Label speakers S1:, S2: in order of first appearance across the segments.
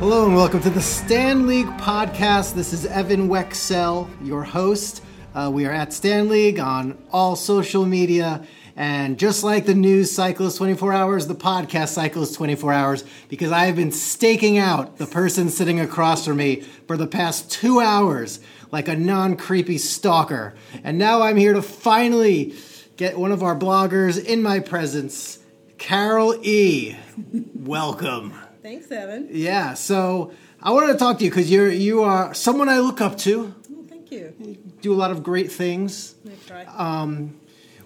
S1: Hello and welcome to the Stan League podcast. This is Evan Wexell, your host. Uh, we are at Stan League on all social media. And just like the news cycle is 24 hours, the podcast cycle is 24 hours because I have been staking out the person sitting across from me for the past two hours like a non creepy stalker. And now I'm here to finally get one of our bloggers in my presence, Carol E. Welcome.
S2: Thanks, Evan.
S1: Yeah, so I wanted to talk to you because you're you are someone I look up to.
S2: Well, thank you.
S1: Do a lot of great things.
S2: I try.
S1: uh,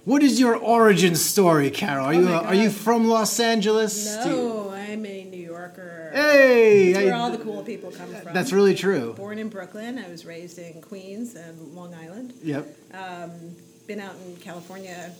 S1: What is your origin story, Carol? Are you
S2: Oh my
S1: uh, are you
S2: God.
S1: from Los Angeles? Do you-
S2: no, I'm a New Yorker.
S1: hey,
S2: That's where
S1: I-
S2: all the cool people come from.
S1: that's really true.
S2: Born in Brooklyn, I was raised in Queens and Long Island.
S1: Yep.
S2: Been out in California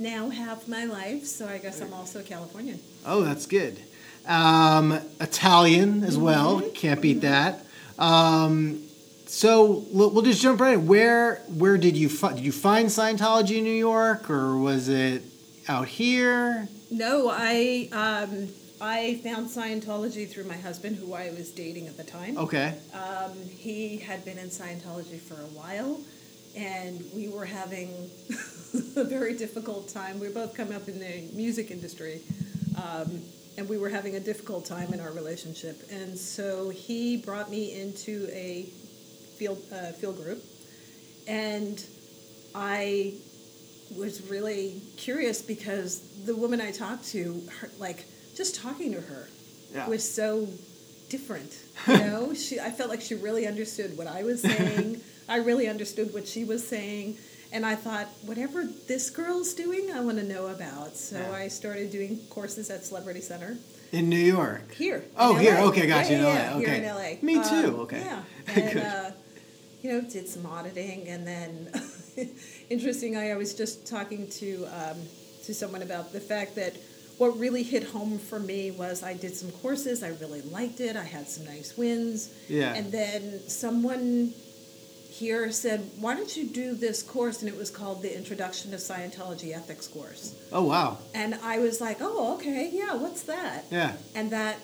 S2: now half my life, so I guess I'm also a Californian.
S1: Oh, that's good. Um, Italian as
S2: Mm-hmm.
S1: well. Can't beat that. Um, so l- we'll just jump right in. Where where did you fi- did you find Scientology in New York or was it out here?
S2: No, I um, I found Scientology through my husband, who I was dating at the time.
S1: Okay.
S2: Um, he had been in Scientology for a while, and we were having a very difficult time. We both come up in the music industry, um, and we were having a difficult time in our relationship. And so he brought me into a field uh, field group, and I was really curious because the woman I talked to, her, like just talking to her,
S1: Yeah.
S2: was so different. You know, she I felt like she really understood what I was saying. I really understood what she was saying, and I thought whatever this girl's doing, I want to know about. So
S1: Yeah.
S2: I started doing courses at Celebrity Center
S1: In New York.
S2: here. in
S1: Oh, here.
S2: LA.
S1: Okay, got
S2: yeah,
S1: you in
S2: Yeah,
S1: LA.
S2: yeah,
S1: Okay.
S2: Here in LA.
S1: Me
S2: Um,
S1: too. Okay.
S2: Yeah.
S1: Good.
S2: And, uh, you know, did some auditing, and then interesting. I was just talking to um, to someone about the fact that what really hit home for me was I did some courses. I really liked it. I had some nice wins.
S1: Yeah.
S2: And then someone here said, "Why don't you do this course?" And it was called the Introduction to Scientology Ethics course.
S1: Oh wow.
S2: And I was like, "Oh, okay, yeah. What's that?"
S1: Yeah.
S2: and that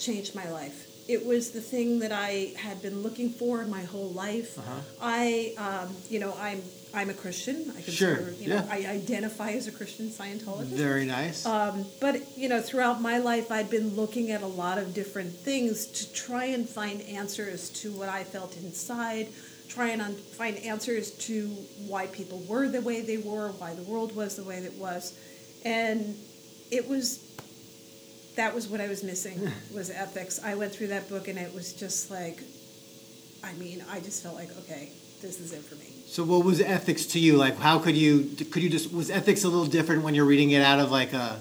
S2: changed my life. It was the thing that I had been looking for my whole life.
S1: Uh-huh.
S2: I, um, you know, I'm I'm a Christian. I consider,
S1: Sure,
S2: you know,
S1: yeah.
S2: I identify as a Christian Scientologist.
S1: Very nice.
S2: Um, but you know, throughout my life, I'd been looking at a lot of different things to try and find answers to what I felt inside, try and un- find answers to why people were the way they were, why the world was the way that it was, and it was that was what I was missing was ethics. I went through that book, and it was just like, I mean, I just felt like, okay, this is it for me.
S1: so, what was ethics to you? Like, how could you could you just was ethics a little different when you're reading it out of like a?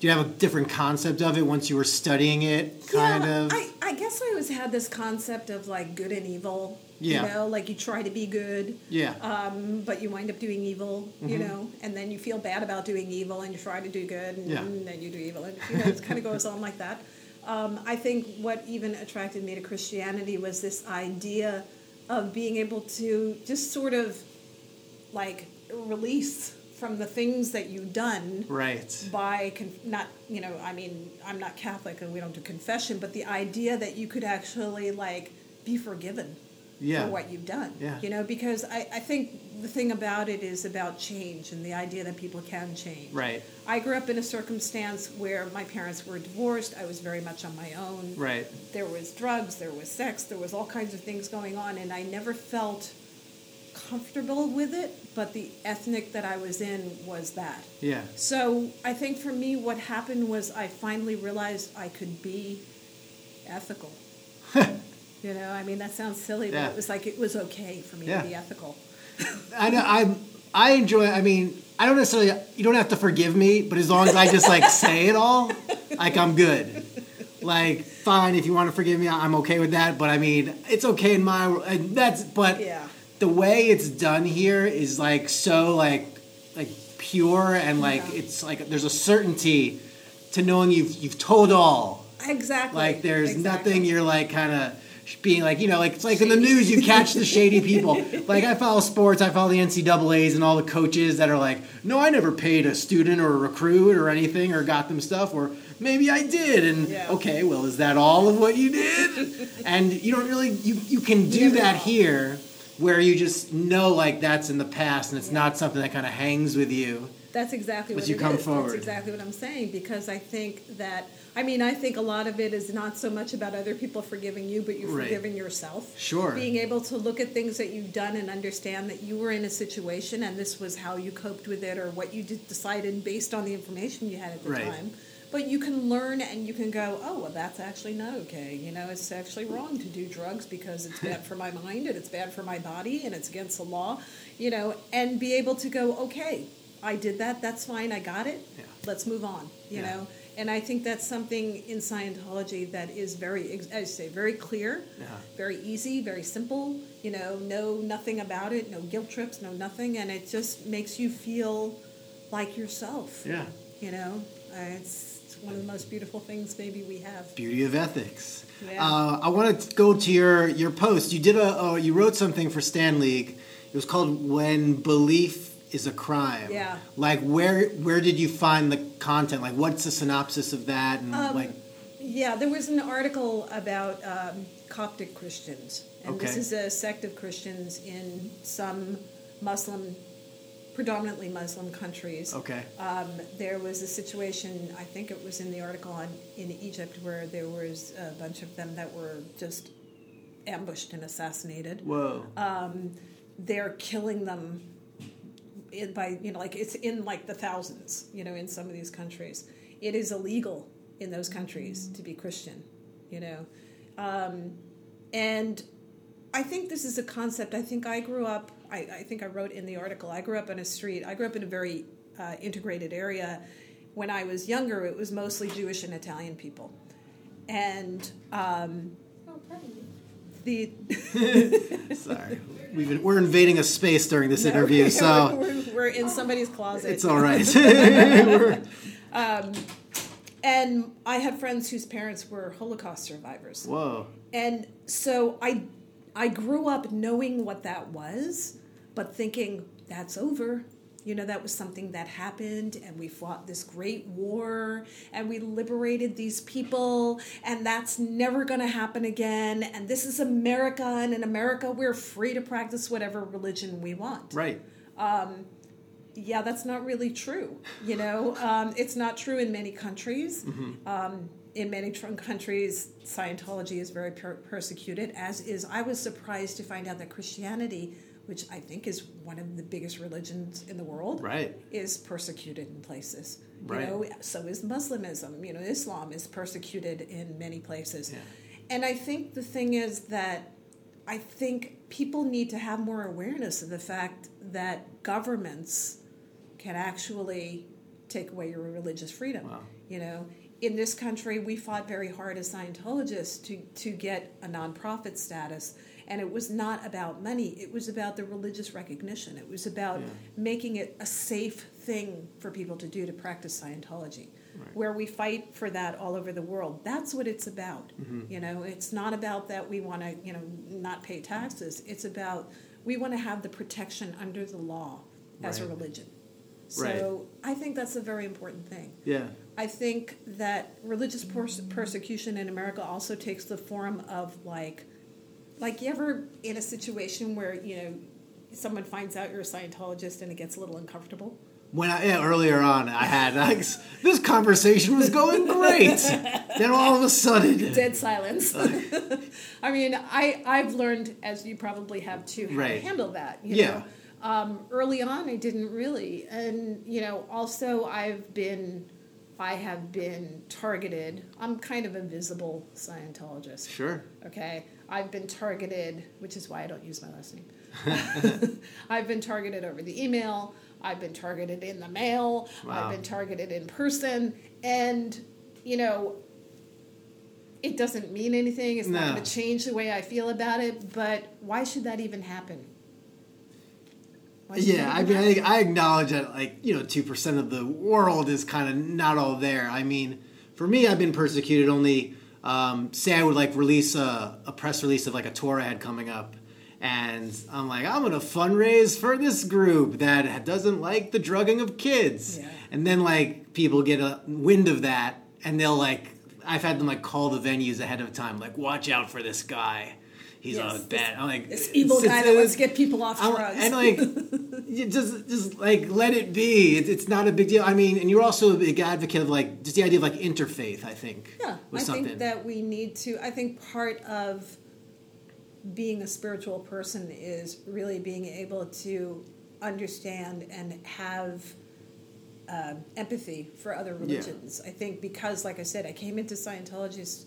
S1: Do you have a different concept of it once you were studying it? Kind
S2: yeah,
S1: of.
S2: I, I guess I always had this concept of like good and evil.
S1: Yeah.
S2: You know, like you try to be good,
S1: yeah.
S2: um, but you wind up doing evil, you
S1: Mm-hmm.
S2: know, and then you feel bad about doing evil and you try to do good and,
S1: Yeah.
S2: then you do evil. And you know, it kind of goes on like that. Um, I think what even attracted me to Christianity was this idea of being able to just sort of like release from the things that you've done
S1: right.
S2: by con- not you know i mean i'm not catholic and we don't do confession but the idea that you could actually like be forgiven
S1: Yeah.
S2: for what you've done
S1: Yeah.
S2: you know because I, I think the thing about it is about change and the idea that people can change
S1: Right.
S2: i grew up in a circumstance where my parents were divorced i was very much on my own
S1: Right.
S2: there was drugs there was sex there was all kinds of things going on and i never felt comfortable with it but the ethnic that i was in was that
S1: Yeah.
S2: so I think for me, what happened was I finally realized I could be ethical. you know, I mean, that sounds silly, but
S1: Yeah.
S2: it was like it was okay for me
S1: Yeah.
S2: to be ethical.
S1: I know. I I enjoy. I mean, I don't necessarily. You don't have to forgive me, but as long as I just like say it all, like I'm good. Like fine, if you want to forgive me, I'm okay with that. But I mean, it's okay in my. wor- And that's but.
S2: Yeah.
S1: the way it's done here is like so like like pure and like
S2: Yeah.
S1: it's like there's a certainty to knowing you've you've told all.
S2: Exactly.
S1: Like there's
S2: Exactly.
S1: nothing you're like kind of being like you know like it's like in the news you catch the shady people. Like I follow sports, I follow the NCAA's and all the coaches that are like, no, I never paid a student or a recruit or anything or got them stuff or maybe I did. And
S2: Yeah.
S1: okay, well, is that all of what you did? and you don't really you you can do
S2: never
S1: that
S2: know.
S1: here, where you just know like that's in the past and it's not something that kind of hangs with you.
S2: That's exactly
S1: As
S2: what
S1: you
S2: it
S1: come
S2: is.
S1: forward.
S2: That's exactly what I'm saying because I think that I mean I think a lot of it is not so much about other people forgiving you, but you
S1: Right.
S2: forgiving yourself.
S1: Sure.
S2: Being able to look at things that you've done and understand that you were in a situation and this was how you coped with it or what you did, decided based on the information you had at the
S1: Right.
S2: time. But you can learn and you can go, oh well, that's actually not okay. You know, it's actually wrong to do drugs because it's bad for my mind and it's bad for my body and it's against the law. You know, and be able to go, okay, I did that. That's fine. I got it.
S1: Yeah.
S2: Let's move on. You
S1: Yeah.
S2: know, and I think that's something in Scientology that is very, ex- I say, very clear,
S1: Yeah.
S2: very easy, very simple. You know, no nothing about it, no guilt trips, no nothing, and it just makes you feel like yourself.
S1: Yeah.
S2: You know, uh, it's, it's one of the most beautiful things maybe we have.
S1: Beauty of ethics.
S2: Yeah.
S1: Uh, I want to go to your your post. You did a uh, you wrote something for Stan League. It was called "When Belief Is a Crime."
S2: Yeah.
S1: Like where where did you find the content? Like what's the synopsis of that? And
S2: Um,
S1: like
S2: Yeah, there was an article about um, Coptic Christians, and this
S1: Okay.
S2: is a sect of Christians in some Muslim, predominantly Muslim countries.
S1: okay,
S2: Um, there was a situation, I think it was in the article on in Egypt, where there was a bunch of them that were just ambushed and assassinated
S1: whoa,
S2: uh, they're killing them in- by you know like it's in like the thousands you know in some of these countries it is illegal in those countries to be christian you know um, and i think this is a concept i think i grew up I, I think i wrote in the article i grew up on a street i grew up in a very uh, integrated area when i was younger it was mostly jewish and italian people and um,
S3: Oh, pardon me.
S2: the
S1: sorry, We've been, we're invading a space during this interview, so
S2: we're, we're in somebody's closet
S1: it's all right. We're-
S2: And I had friends whose parents were Holocaust survivors.
S1: whoa,
S2: And so I I grew up knowing what that was, but thinking that's over. You know, that was something that happened and we fought this great war and we liberated these people and that's never going to happen again and this is America and in America we're free to practice whatever religion we want
S1: right,
S2: yeah, that's not really true. You know, um, it's not true in many countries.
S1: Mm-hmm.
S2: Um, in many tr- countries, Scientology is very per- persecuted, as is. I was surprised to find out that Christianity, which I think is one of the biggest religions in the world,
S1: right,
S2: is persecuted in places.
S1: Right.
S2: You know, so is Muslimism. You know, Islam is persecuted in many places.
S1: Yeah.
S2: And I think the thing is that I think people need to have more awareness of the fact that governments can actually take away your religious freedom.
S1: Wow.
S2: You know, in this country, we fought very hard as Scientologists to, to get a nonprofit status. And it was not about money, it was about the religious recognition. It was about
S1: Yeah.
S2: making it a safe thing for people to do to practice Scientology. Where we fight for that all over the world. That's what it's about.
S1: Mm-hmm.
S2: You know, it's not about that we want to, you know, not pay taxes. It's about we want to have the protection under the law as a
S1: Right.
S2: religion.
S1: Right.
S2: So I think that's a very important thing.
S1: yeah,
S2: I think that religious pers- persecution in America also takes the form of like, like you ever in a situation where you know someone finds out you're a Scientologist and it gets a little uncomfortable.
S1: when I yeah, earlier on I had like, s- this conversation was going great, then all of a sudden,
S2: Dead silence. I mean, I I've learned as you probably have too how to
S1: Right.
S2: handle that. You
S1: Yeah.
S2: Know? Um, early on, I didn't really, and you know, also I've been. I have been targeted. I'm kind of a visible Scientologist.
S1: sure,
S2: okay i've been targeted which is why i don't use my last name i've been targeted over the email i've been targeted in the mail
S1: Wow.
S2: i've been targeted in person and you know it doesn't mean anything it's
S1: No.
S2: not going to change the way i feel about it but why should that even happen Why should
S1: Yeah,
S2: that
S1: I
S2: even
S1: mean,
S2: happen?
S1: I, I acknowledge that, like, you know, 2% of the world is kind of not all there. I mean, for me, I've been persecuted only, um, say, I would, like, release a, a press release of, like, a tour I had coming up. And I'm like, I'm going to fundraise for this group that doesn't like the drugging of kids.
S2: Yeah.
S1: And then, like, people get a wind of that and they'll like I've had them like call the venues ahead of time, like watch out for this guy. He's
S2: Yes,
S1: on a
S2: this-
S1: bad. I'm like
S2: This evil
S1: it's-
S2: guy that
S1: it's-
S2: wants to get people off
S1: I'm-
S2: drugs.
S1: And like, you just just like let it be. It, it's not a big deal. I mean, and you're also a big advocate of like just the idea of like interfaith. I think.
S2: Yeah, I
S1: was something.
S2: think that we need to. I think part of being a spiritual person is really being able to understand and have um empathy for other religions. I think because, like I said, I came into Scientology,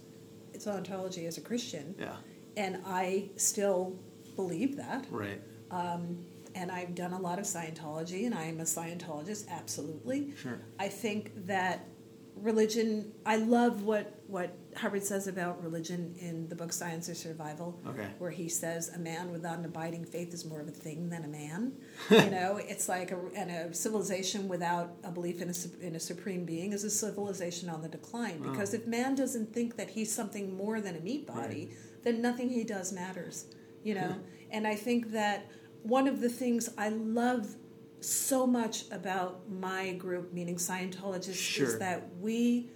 S2: Scientology as a Christian,
S1: yeah.
S2: and I still believe that.
S1: Right.
S2: And I've done a lot of Scientology, and I am a Scientologist, absolutely.
S1: Sure.
S2: I think that religion. I love what what Hubbard says about religion in the book Science or Survival,
S1: Okay.
S2: where he says a man without an abiding faith is more of a thing than a man. you know, it's like a and a civilization without a belief in a sup- in a supreme being is a civilization on the decline.
S1: Oh.
S2: Because if man doesn't think that he's something more than a meat body, then nothing he does matters. You know, and I think that one of the things I love so much about my group, meaning Scientologists,
S1: Sure.
S2: is that we,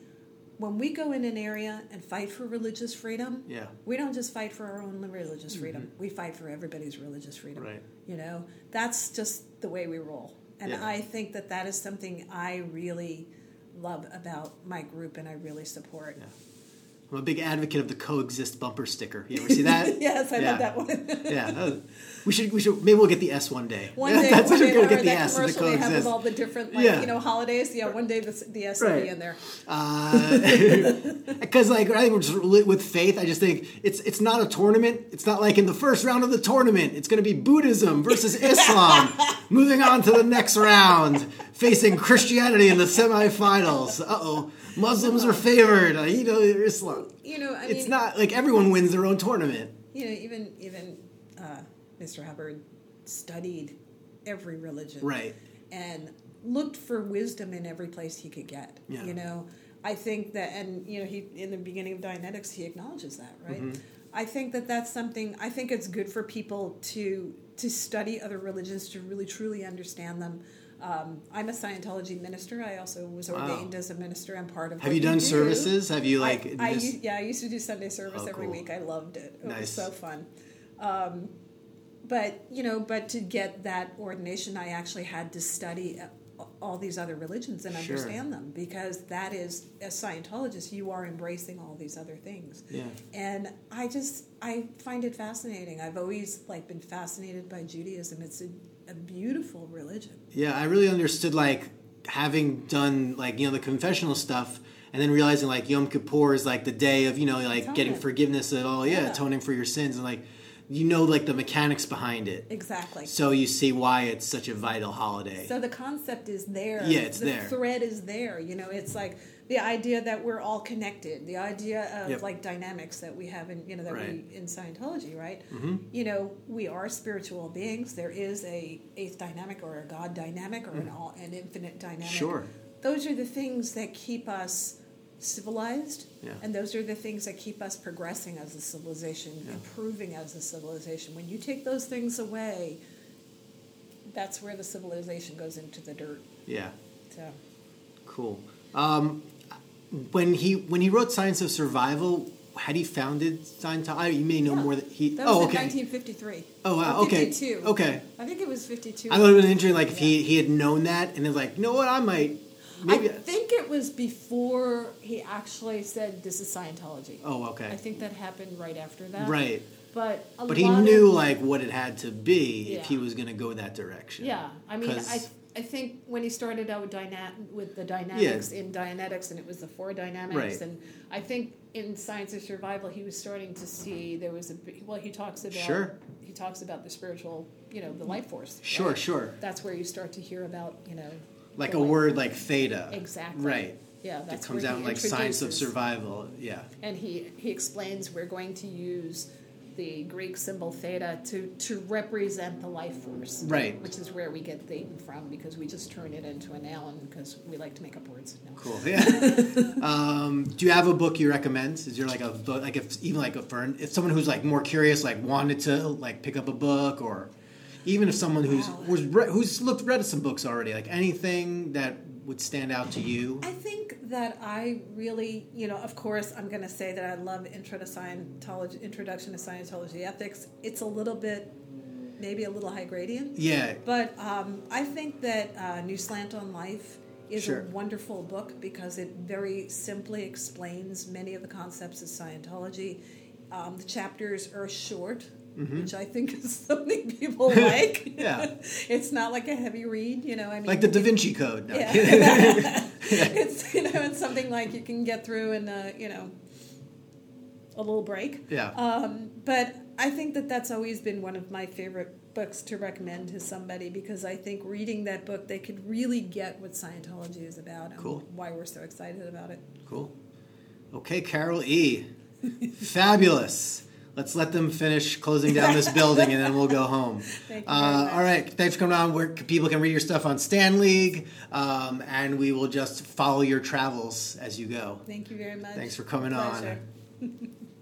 S2: when we go in an area and fight for religious freedom,
S1: Yeah. Mm-hmm.
S2: we don't just fight for our own religious freedom. We fight for everybody's religious freedom.
S1: Right.
S2: You know, that's just the way we roll. And
S1: Yeah.
S2: I think that that is something I really love about my group and I really support.
S1: I'm a big advocate of the coexist bumper sticker. You ever see that?
S2: Yes, I
S1: Yeah.
S2: love that one.
S1: yeah. that was- we should. We should. Maybe we'll get the S one day.
S2: One day,
S1: That's
S2: one
S1: what
S2: day
S1: we're
S2: or
S1: gonna get the
S2: that
S1: S of the
S2: commercial they have
S1: coexist.
S2: of all the different, like,
S1: Yeah.
S2: you know, holidays. Yeah, one day the, the S will
S1: Right.
S2: be in there.
S1: Because Uh, like I think we're just lit with faith. I just think it's it's not a tournament. It's not like in the first round of the tournament. It's going to be Buddhism versus Islam. Moving on to the next round, facing Christianity in the semifinals. Uh oh, Muslims are favored. Uh, you know, or Islam.
S2: You know, I
S1: It's
S2: mean,
S1: not like everyone wins their own tournament.
S2: you know, even even uh, Mr. Hubbard studied every religion,
S1: Right.
S2: and looked for wisdom in every place he could get.
S1: Yeah.
S2: You know, I think that, and you know, he in the beginning of Dianetics he acknowledges that, right?
S1: Mm-hmm.
S2: I think that that's something. I think it's good for people to to study other religions to really truly understand them. Um, I'm a Scientology minister. I also was ordained as a minister. I'm part of.
S1: Have
S2: what
S1: you done
S2: do.
S1: services? Have you like?
S2: I, I
S1: just-
S2: used, yeah, I used to do Sunday service
S1: Oh,
S2: every
S1: cool.
S2: week. I loved it. It
S1: Nice.
S2: was so fun. Um, but you know, but to get that ordination, I actually had to study uh, all these other religions and
S1: Sure.
S2: understand them because that is, as Scientologists, you are embracing all these other things.
S1: Yeah.
S2: And I just I find it fascinating. I've always like been fascinated by Judaism. It's a, a beautiful religion.
S1: Yeah, I really understood like having done like you know the confessional stuff, and then realizing like Yom Kippur is like the day of you know like getting
S2: Atonement.
S1: forgiveness at all, yeah,
S2: Yeah.
S1: atoning for your sins, and like you know like the mechanics behind it,
S2: Exactly.
S1: so you see why it's such a vital holiday.
S2: So the concept is there.
S1: Yeah, it's
S2: the
S1: there.
S2: thread is there. You know, it's like the idea that we're all connected. The idea of
S1: Yep.
S2: like dynamics that we have in you know that
S1: Right. Mm-hmm.
S2: we in Scientology, right? You know, we are spiritual beings. There is a eighth dynamic or a God dynamic or an all an infinite dynamic.
S1: Mm. Sure.
S2: Those are the things that keep us civilized
S1: Yeah.
S2: and those are the things that keep us progressing as a civilization improving as a civilization when you take those things away that's where the civilization goes into the dirt.
S1: yeah,
S2: So
S1: cool. Um, when he when he wrote Science of Survival, had he founded Scientology? You may know more than he.
S2: that was
S1: oh,
S2: in
S1: okay.
S2: 1953.
S1: Oh, wow,
S2: Or
S1: okay.
S2: 52.
S1: Okay.
S2: I think it was 52.
S1: I thought it would have been interesting, like if he he had known that, and then like, you know what, I might maybe.
S2: I think it was before he actually said this is Scientology.
S1: oh, okay.
S2: I think uh, that happened right after that.
S1: Right.
S2: But a
S1: But he
S2: lot of-
S1: knew like what it had to be if he
S2: Yeah.
S1: was going to go that direction.
S2: Yeah, I mean,
S1: 'Cause-
S2: I I think when he started out with, dyna- with the dynamics in Dianetics, and it was the four dynamics,
S1: Right.
S2: and I think in Science of Survival, he was starting to see there was a b- well, he talks about
S1: Sure.
S2: he talks about the spiritual, you know, the life force.
S1: sure,
S2: right?
S1: sure,
S2: That's where you start to hear about, you know,
S1: like
S2: the
S1: a
S2: life-
S1: word like theta.
S2: Exactly.
S1: Right.
S2: Yeah,
S1: That
S2: that's
S1: comes
S2: where
S1: out
S2: he
S1: in, like science of
S2: introduces-
S1: survival. Yeah.
S2: and he he explains we're going to use the Greek symbol theta to to represent the life force,
S1: Right.
S2: Which is where we get theta from because we just turn it into an noun because we like to make up words. No.
S1: Cool. Yeah. um, do you have a book you recommend? Is there like a book like if even like a for an- if someone who's like more curious like wanted to like pick up a book or even if someone who's
S2: Wow.
S1: was re- who's looked read some books already like anything that would stand out to you?
S4: I think that I really, you know, of course, I'm going to say that I love intro to Scientology, introduction to Scientology ethics. It's a little bit, maybe a little high gradient,
S1: Yeah,
S4: but um, I think that uh, New Slant on Life is
S1: Sure.
S4: a wonderful book because it very simply explains many of the concepts of Scientology. Um, the chapters are short,
S1: Mm-hmm.
S4: which I think is something people like.
S1: Yeah.
S4: it's not like a heavy read, you know. I mean,
S1: like the Da Vinci Code. No,
S4: yeah.
S1: kidding.
S4: it's you know it's something like you can get through in a, you know a little break.
S1: yeah.
S4: Um, but I think that that's always been one of my favorite books to recommend to somebody because I think reading that book they could really get what Scientology is about and
S1: Cool.
S4: why we're so excited about it.
S1: Cool. Okay, Carol E. Fabulous. Let's let them finish closing down this building and then we'll go home.
S4: Thank you very
S1: uh,
S4: much.
S1: all right, thanks for coming on. Where c- people can read your stuff on Stan League, um, and we will just follow your travels as you go.
S4: Thank you very much.
S1: Thanks for coming
S4: Pleasure.
S1: on.